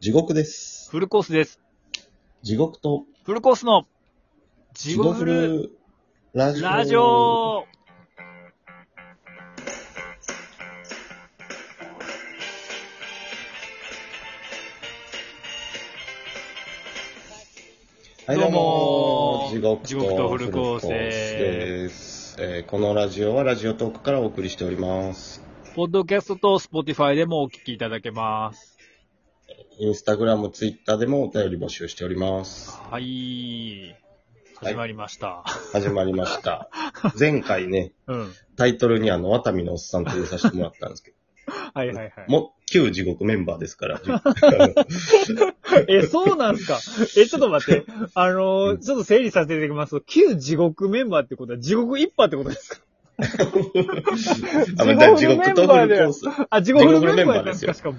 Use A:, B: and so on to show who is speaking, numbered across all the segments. A: 地獄です。
B: フルコースです。
A: 地獄と
B: フルコースの、ジ
A: 地
B: ゴ
A: 獄
B: フル
A: ラジオ。
B: ラジオ
A: はい、ど
B: ど
A: う
B: う
A: も
B: も
A: 地獄と
B: 地獄とフルコース
A: フルで。
B: です
A: えーこのラジオはラジオトークからお送りしております。
B: ポッドキャストとスポティファイでもお聞きいただけます。
A: インスタグラム、ツイッターでもお便り募集しております。
B: は
A: は
B: い。
A: い
B: 始まりました。
A: 始まりま した。前回ね、
B: うん。
A: タイトルにあの、ワタミのおっさんと入れさせてもらったんですけど、
B: はいはいはい。
A: もう旧地獄メンバーですから、
B: え、そうなんすかえ、ちょっと待って。あの
A: う
B: ー、ちょっと整理させていただきますと、旧地獄メンバーってことは地獄一派ってことですか
A: あまあ地獄とフルコース。
B: あ、地獄の
A: 地獄の
B: メ
A: メン
B: ンバ
A: バ
B: ー
A: ー
B: で
A: ですす
B: か
A: よ
B: しかも。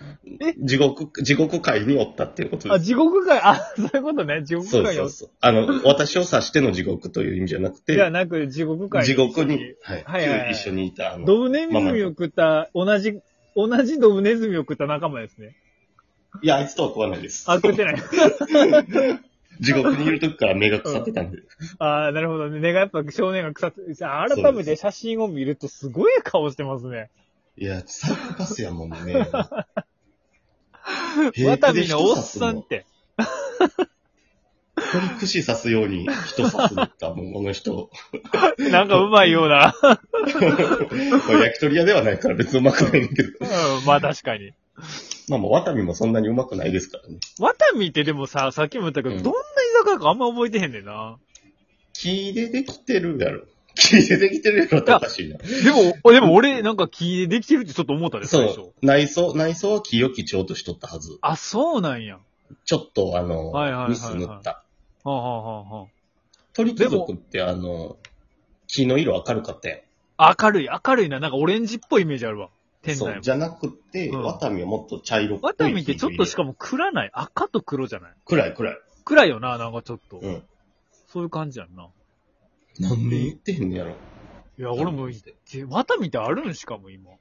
A: 地獄、地獄界におったっていうこと
B: あ、
A: です。
B: 地獄界、あ、そういうことね。地獄
A: そう
B: 界
A: そう
B: の。
A: そう。あの、私を指しての地獄という意味じゃなく
B: じゃ
A: て、
B: なく、地獄界。
A: 地獄に、はい、
B: はいはいはい
A: 一緒にいた、あの、
B: ドブネズミを食った、同じ、同じドブネズミを食った仲間ですね。
A: いや、あいつとは食わないです
B: あ、。食ってない。
A: 地獄にいる時から目が腐ってたんで。
B: ああ、なるほどね。根がやっぱ少年が腐って、あ改めて写真を見るとすごい顔してますね。
A: いや、サイコパスやもん ね。
B: ワタミのおっさんって。
A: 平気で人刺すの。人に串刺すように人刺すんだった、もうこの人。
B: なんかうまいような。
A: これ焼き鳥屋ではないから別にうまくないんだけど。
B: うん、まあ確かに。
A: まあもう、ワタミもそんなにうまくないですからね。
B: ワタミってでもさ、さっきも言ったけど、
A: うん
B: どんな居酒屋かあんま覚えてへんねんな。
A: 木でできてるやろ。木でできてるやろっておかしいな。
B: でも、おでも俺、なんか木でできてるってちょっと思ったで、最初
A: そ。う。内装、内装は木を基調としとったはず。
B: あ、そうなんや。は
A: ちょっと、あの、
B: はいはいはいはい
A: ミス塗った。
B: あ、はあはあは
A: 鳥貴族って、あの、木の色明るかったやん。
B: あ、明るい、明るいな。なんかオレンジっぽいイメージあるわ。店
A: そ
B: 内
A: う
B: も。。
A: じゃなくて、
B: うん
A: ワタミはもっと茶色っぽい。
B: ワタミってちょっとしかも暗ない。赤と黒じゃない
A: 暗い暗い。
B: 暗いよな、なんかちょっと。
A: うん。
B: そういう感じやんな。
A: なんで言ってへんねやろ。
B: いや、俺も、でワタミってあるんしかも今。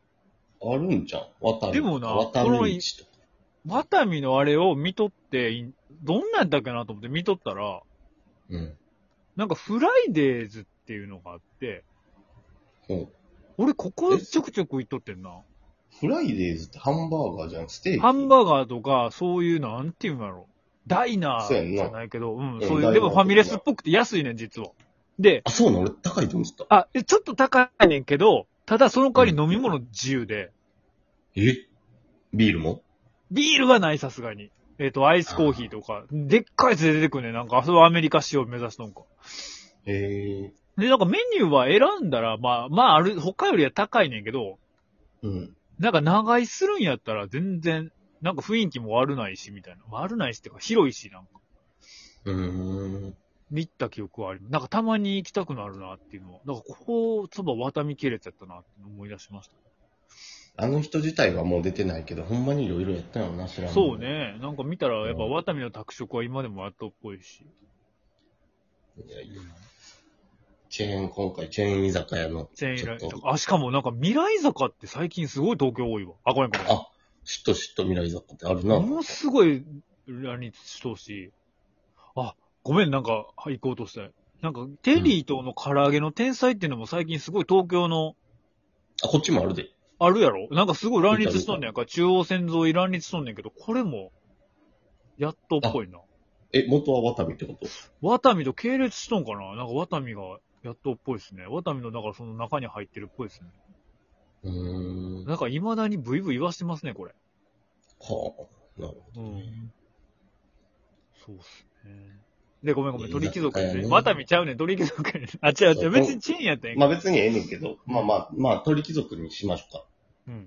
A: あるんじゃん。ワタミ。
B: でもな
A: ワタミ市とか。
B: ワタミのあれを見とって、いどんなんだっけなと思って見とったら、
A: うん。
B: なんかフライデーズっていうのがあって、
A: うん
B: 俺ここ
A: え
B: ちょくちょく行っとってんな。
A: フライデーズってハンバーガーじゃん。ステーキ。
B: ハンバーガーとか、そういうなんていうんだろう。ダイナ
A: そうやん
B: ー
A: な
B: じゃないけど、うん、
A: ん
B: そうい
A: ダイナ
B: う、
A: ー
B: でもファミレスっぽくて安いねん、実は。で、
A: あ、そうなの俺高いと思ってた。
B: あ、えちょっと高いねんけど、ただその代わり飲み物自由で、
A: えビールも
B: ビールはない、さすがに。えっ、と、アイスコーヒーとか、でっかいやつで出てくんねん。なんか、あそこアメリカ仕様目指しとんか。
A: へえ。
B: で、なんかメニューは選んだら、まあ、まあ、ある、他よりは高いねんけど、
A: うん。
B: なんか長居するんやったら全然、なんか雰囲気も悪ないし、みたいな。悪ないしっていうか、広いし、なんか。
A: うーん。
B: 見た記憶はあります。なんかたまに行きたくなるなっていうのは。なんかここ、そば渡み系列やったなって思い出しまし
A: あの人自体はもう出てないけど、ほんまにいろいろやったよな、知ら
B: た。
A: ん。
B: そう。ね。なんか見たら、やっぱ
A: うん
B: 渡みの拓色は今でも後っぽいし。
A: いやいやチェーン、今回、チェーン居酒屋の、
B: チェーン以来
A: ちょっ
B: あ、しかもなんか未来坂って最近すごい東京多いわ。あ、ごめんごめん。
A: あしっとしっと未来坂ってあるな。
B: ものすごい乱立しそうし、あ、ごめん、なんか、はい行こうとしたい。なんか、テリーとの唐揚げの天才っていうのも最近すごい東京の、
A: あ、こっちもあるで。
B: あるやろなんかすごい乱立しとんねやんか、中央線沿い乱立しとんねんけど、これも、やっとっぽいな。
A: え、元はワタミってこと
B: ワタミと系列しとんかななんかワタミが、やっとっぽいですね。ワタミの、だからその中に入ってるっぽいですね。
A: うーん。は
B: なんか未だにブイブイ言わしてますね、これ。
A: あ、なるほ
B: う
A: どね。
B: ん。そうっすね。で、ごめんごめん、
A: いや
B: 鳥貴族や
A: いやい
B: ね。
A: や
B: ワタミちゃうねん、鳥貴族や ねん。あ、違う違う、別にチェーンやったんやん
A: まあ別にええねんけど、まあまあ、まあ鳥貴族にしましょうか。
B: うん。
A: い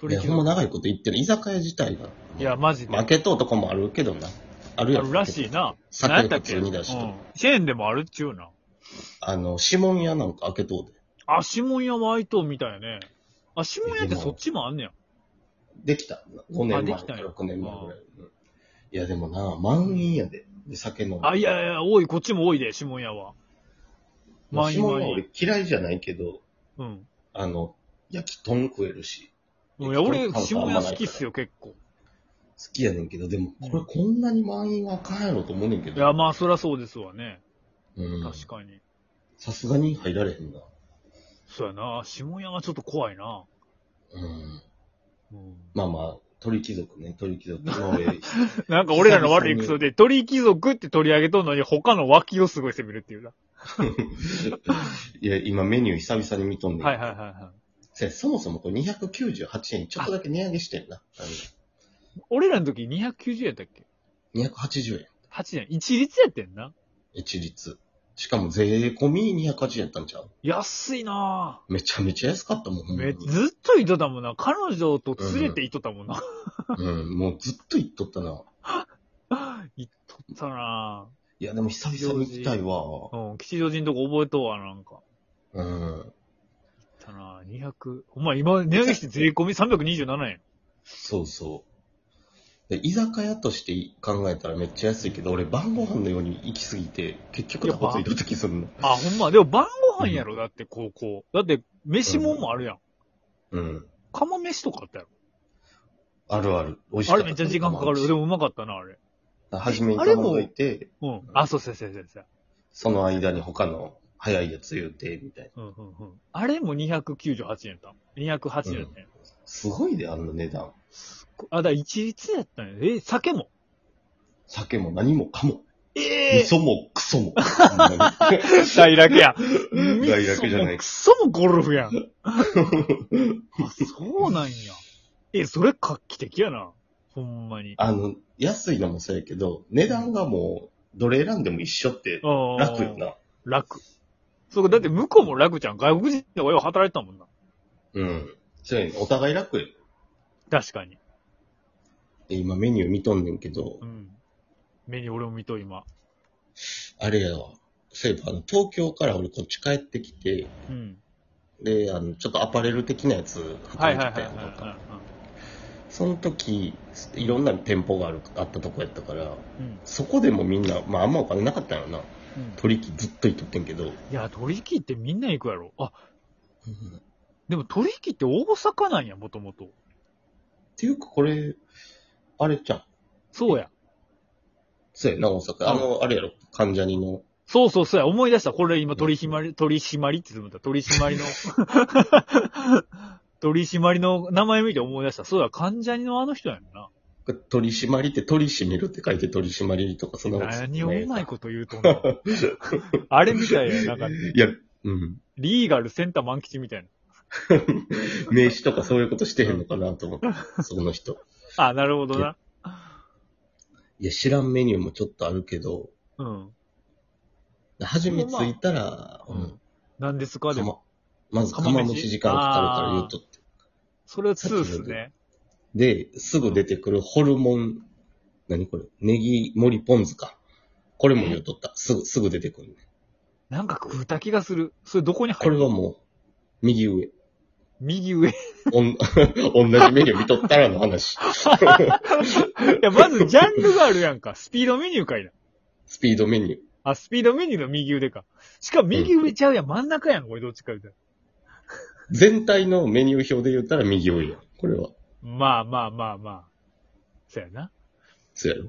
B: 鳥
A: や、
B: 貴
A: ほんま
B: 族。
A: 長いこと言ってる。居酒屋自体が。
B: いや、マジで。あ
A: 負けとうとこもあるけどな。あるやろ。
B: るらしいな。
A: 酒
B: 何やった
A: 普
B: っけ
A: 通
B: うん。
A: に
B: チ
A: 出して。
B: ェーンでもあるっちゅうな。
A: あの、指紋屋なんか開けとうで。
B: あ、指紋屋も愛とうみたいやね。あ、指紋屋ってそっちもあんねや。
A: できた。5年前
B: あできたんや
A: 6年前ぐらい。うんいや、でもな、満員やで。で、酒飲む。
B: あ、いやいや、多い、こっちも多いで、指紋屋は。
A: まあ、
B: 満員
A: 指紋
B: 満
A: は
B: 員。
A: 俺嫌いじゃないけど、
B: うん。
A: あの、焼き豚食えるし。
B: いや、俺、
A: そう
B: 指紋屋好きっすよ、結構。
A: 好きやねんけど、でも、これこんなに満員はあかんやろと思うねんけ
B: いや、
A: ど。
B: まあ、そりゃそうですわね。
A: うん。
B: 確かに。
A: さすがに入られへんな。
B: そうやな。下屋はちょっと怖いな。
A: うん。
B: うん、
A: まあまあ、鳥貴族ね、鳥 貴族。まあ俺、
B: なんか俺らの悪い癖で、鳥貴族って取り上げとんのに、他の脇をすごい攻めるっていうな。
A: いや、今メニュー久々に見とんねん。
B: はいはいはいはい。
A: せやそもそもこれ298円ちょっとだけ値上げしてんな。
B: 俺らの時290円やったっけ
A: うん280円。
B: ?8 円。一律やってんな。
A: 一律。しかも税込み280円やったんちゃう
B: 安いな
A: めちゃめちゃ安かったもん、ほ
B: ぁ。
A: んま
B: め、
A: に
B: ずっといとったもんな。彼女と連れていとったもんな。
A: うん、もうずっと行っとったな。
B: いっとったない
A: や、でも久々に行きたいわ。
B: ぁ。うん、吉祥寺のとこ覚えとうわ、なんか。
A: うん。
B: いったなぁ。200。お前今、値上げして税込み327円。
A: そうそう。で居酒屋として考えたらめっちゃ安いけど、俺晩ご飯のように行き過ぎて、結局タコついた時するの。
B: あ、ほんま。でも晩ご飯やろ、だって高校。だって、飯もんもあるやん。
A: うん。
B: 釜飯とかあったやろ。
A: あるある。美味しか
B: あ
A: っ
B: れ
A: た。
B: めっちゃ時間かかる。でもうまかったな、あれ。
A: 初めに頼んどいて、
B: うん。あ、そうそうそうそうそう。
A: その間に他の早いやつ言うて、みたいな。
B: うんうんうん。あれも298円やった。208円やったんや
A: すごいで、あの値段。
B: あ、だから一律やったんや。え、酒も
A: 酒も何もかも。
B: え
A: 味噌もクソも。ほんまに
B: 大楽やん。
A: 大楽じゃない
B: クソもゴルフ やん。あ、そうなんや。え、それ画期的やな。ほんまに。
A: あの、安いのもそうやけど、値段がもう、どれ選んでも一緒って
B: あ
A: 楽よ。な。
B: 楽。そうか、だって向こうも楽じゃん。外国人の方がよう働いてたもんな。
A: うん。そうやねお互い楽よ。
B: 確かに。
A: で今メニュー見とんねんけど
B: う、ん。目に俺も見と、今。
A: あれやわ。そういえば、あの、東京から俺こっち帰ってきて、
B: うん。
A: で、あの、ちょっとアパレル的なやつ
B: は
A: 働い
B: いはい
A: て
B: は
A: た
B: い
A: や
B: はい
A: んとか。
B: は
A: その時、いろんな店舗がある、あったとこやったから、
B: い。うん。
A: そこでもみんな、まああんまお金なかったんやろな。
B: うん。
A: 取引ずっと行っとってんけど、
B: いや、取引ってみんな行くやろ。あ、でも取引って大阪なんや、もともと。
A: っていうか、これ、あれじゃん。
B: そうや。
A: そうやな、大阪。あの、あれやろ、患者にの。
B: そうそうそうや、思い出した。これ今取締まり、取締まりって言ってもった。取締まりの。 取締まりの名前見て思い出した。そうや、患者のあの人やんな。
A: 取り締まりって、取り締めるって書いて取り締まりとか、そんなことするね
B: 何をうまいこと言うとんのあれみたいやん。なんか、
A: いや、うん。
B: リーガルセンター満吉みたい
A: 名刺とかそういうことしてへんのかなと 思って、その人。
B: な。あ、なるほどな。
A: いや、知らんメニューもちょっとあるけど、
B: うん。
A: 初めついたら、
B: う
A: うんん。
B: 何ですかでも。
A: 釜まず釜飯時間がかかるから言うとって。
B: それはツーっすね。
A: で、すぐ出てくるホルモン、何これネギ盛りポン酢か。これも言うとった。すぐ、すぐ出てくるね。
B: なんか食うた気がする。それどこに入
A: こ
B: る
A: れはもう、右上。
B: 右上。
A: おん、 同じメニュー見とったらの話。
B: いや、まずジャンルがあるやんか。スピードメニューかいな。
A: スピードメニュー。
B: あ、スピードメニューの右腕か。しかも右上ちゃうやん。真ん中やん。これどっちかみたい
A: 全体のメニュー表で言ったら右上や。これは。
B: な。まあまあまあまあ。そやな。
A: そうやろ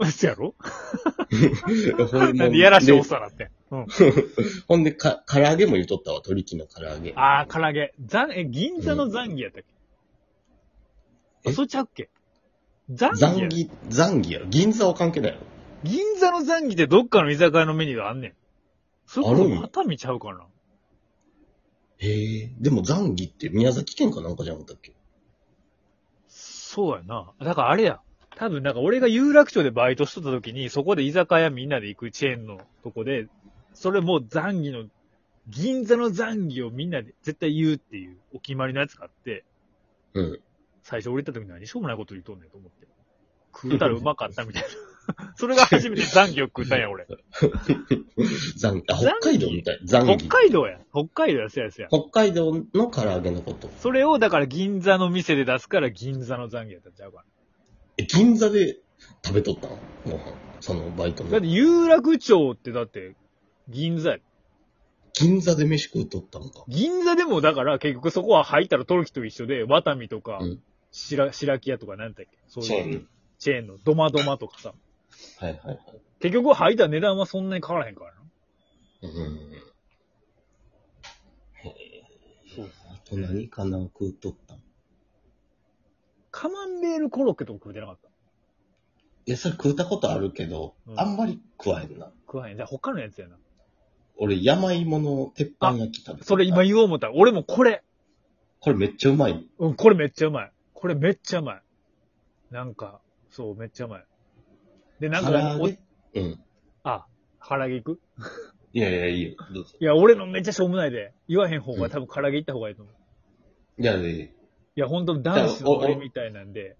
B: うん。そやろ
A: ホルモン
B: なんでやらしいお皿って。うん。
A: ほんで、か、唐揚げも言うとったわ。鳥貴の唐揚げ。
B: あー、唐揚げ。ざん、え、銀座のザンギやったっけ、
A: え
B: あ、そっちゃうっけザンギ
A: ザ
B: や
A: ンギ、ザンギやろ。銀座は関係ないやろ。
B: 銀座のザンギってどっかの居酒屋のメニューがあんねん。それこ
A: あ
B: そ
A: るんや
B: 熱海ちゃうかな。
A: へえ。でもザンギって宮崎県かなんかじゃなかったっけ
B: そうやな。だからあれや。多分なんか俺が有楽町でバイトしとった時に、そこで居酒屋みんなで行くチェーンのとこで、それもう残儀の、銀座の残儀をみんなで絶対言うっていうお決まりのやつがあって、
A: うん。
B: 最初俺行った時何しょうもないこと言うとんねんと思って。食うたらうまかったみたいな。 それが初めて残儀を食ったんや俺。
A: ザンギ、あ、北海道みたい。ザンギ。
B: 北海道や。北海道やせやせや。
A: 北海道の唐揚げのこと。
B: それをだから銀座の店で出すから銀座の残儀やったんちゃうかな。
A: え、銀座で食べとったのご飯。そのバイト
B: だっ
A: の
B: て。有楽町ってだって銀座や
A: 銀座で飯食うとったのか。
B: 銀座でもだから結局そこは入ったらトルキと一緒で、ワタミとか
A: うん、
B: 白、白木屋とかなんだっけそう
A: チェ
B: い
A: ー
B: う
A: ン。
B: チェーンのドマドマとかさ。
A: はいはいはい。
B: 結局入った値段はそんなに変わらへんからな。
A: うん。
B: そう。
A: あと何かな食うとったん
B: カマンベールコロッケとか食うてなかった
A: いや、それ食うたことあるけど、
B: うん
A: あんまり食わへんな。
B: 食わへん。じゃあ他のやつやな。
A: 俺、山芋の鉄板焼き食べた。
B: それ今。言おう思ったら、俺もこれ
A: これめっちゃうまい。
B: うん、これめっちゃうまい。これめっちゃうまい。なんか、そう、めっちゃうまい。で、なん
A: 唐
B: か、
A: 揚げうん。
B: あ、唐揚げ行く
A: いやいや、いいよ。どうぞ。
B: いや、俺のめっちゃしょうもないで。言わへん方が多分唐揚げ行った方がいいと思う。
A: いや、いやいや
B: いや、ほんと男子の
A: おお
B: 俺みたいなんで。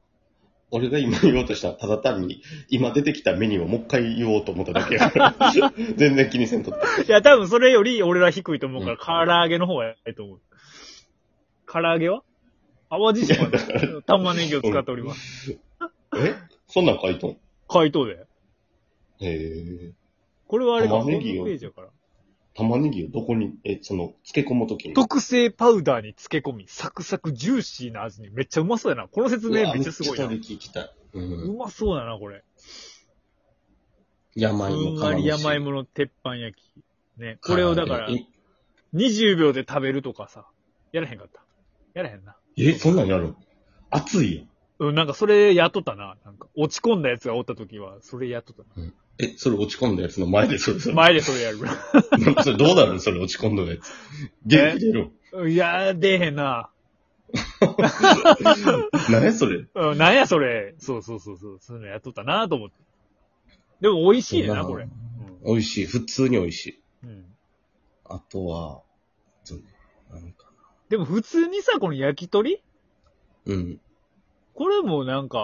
A: 俺が 今言おうとしたら、ただ単に、今出てきたメニューをもう一回言おうと思っただけや から。全然気にせんとった。
B: いや、多分それより俺ら低いと思うか
A: うん
B: ら、唐揚げの方がいいと思う。唐揚げは淡路島の玉ねぎを使っております。
A: えそんなん書いとん
B: 回答で。
A: へえ。
B: これはあれか、ホ
A: 玉
B: ー
A: ね
B: ム
A: ぎを
B: ページやから。
A: 玉ねぎをどこに、え、その、漬け込むときに。
B: 特製パウダーに漬け込み、サクサクジューシーな味にめっちゃうまそうやな。この説
A: う
B: 明
A: わ
B: めっちゃすごいな
A: め。っちゃ食べ聞きたい。う。
B: うんまそうだな、これ。
A: 山
B: ふ
A: 芋、
B: んわり山芋の鉄板焼き。ね。これをだから
A: 唐揚、げ
B: 20秒で食べるとかさ、やらへんかった。やらへんな。
A: え、えそんなんやる熱いよ。
B: うん、なんかそれやっとったな。なんか落ち込んだやつがおった時は、それやっとった
A: え、それ落ち込んだやつの前でそ れ、そ
B: な。
A: れ。
B: 前でそれやる。
A: それどうなるのそれ落ち込んだやつ。元気出る
B: いやー、出えへんな。
A: 何やそれ。
B: うん、なんやそれ。そうそうそうそう。そういうのやっとったなと思って。でも美味しいねんな、これ。
A: 美味しい。普通に美味しい。
B: うん。うん。
A: あとは、そうね何か
B: でも普通にさ、この焼き鳥
A: な。うん。
B: これもなんか、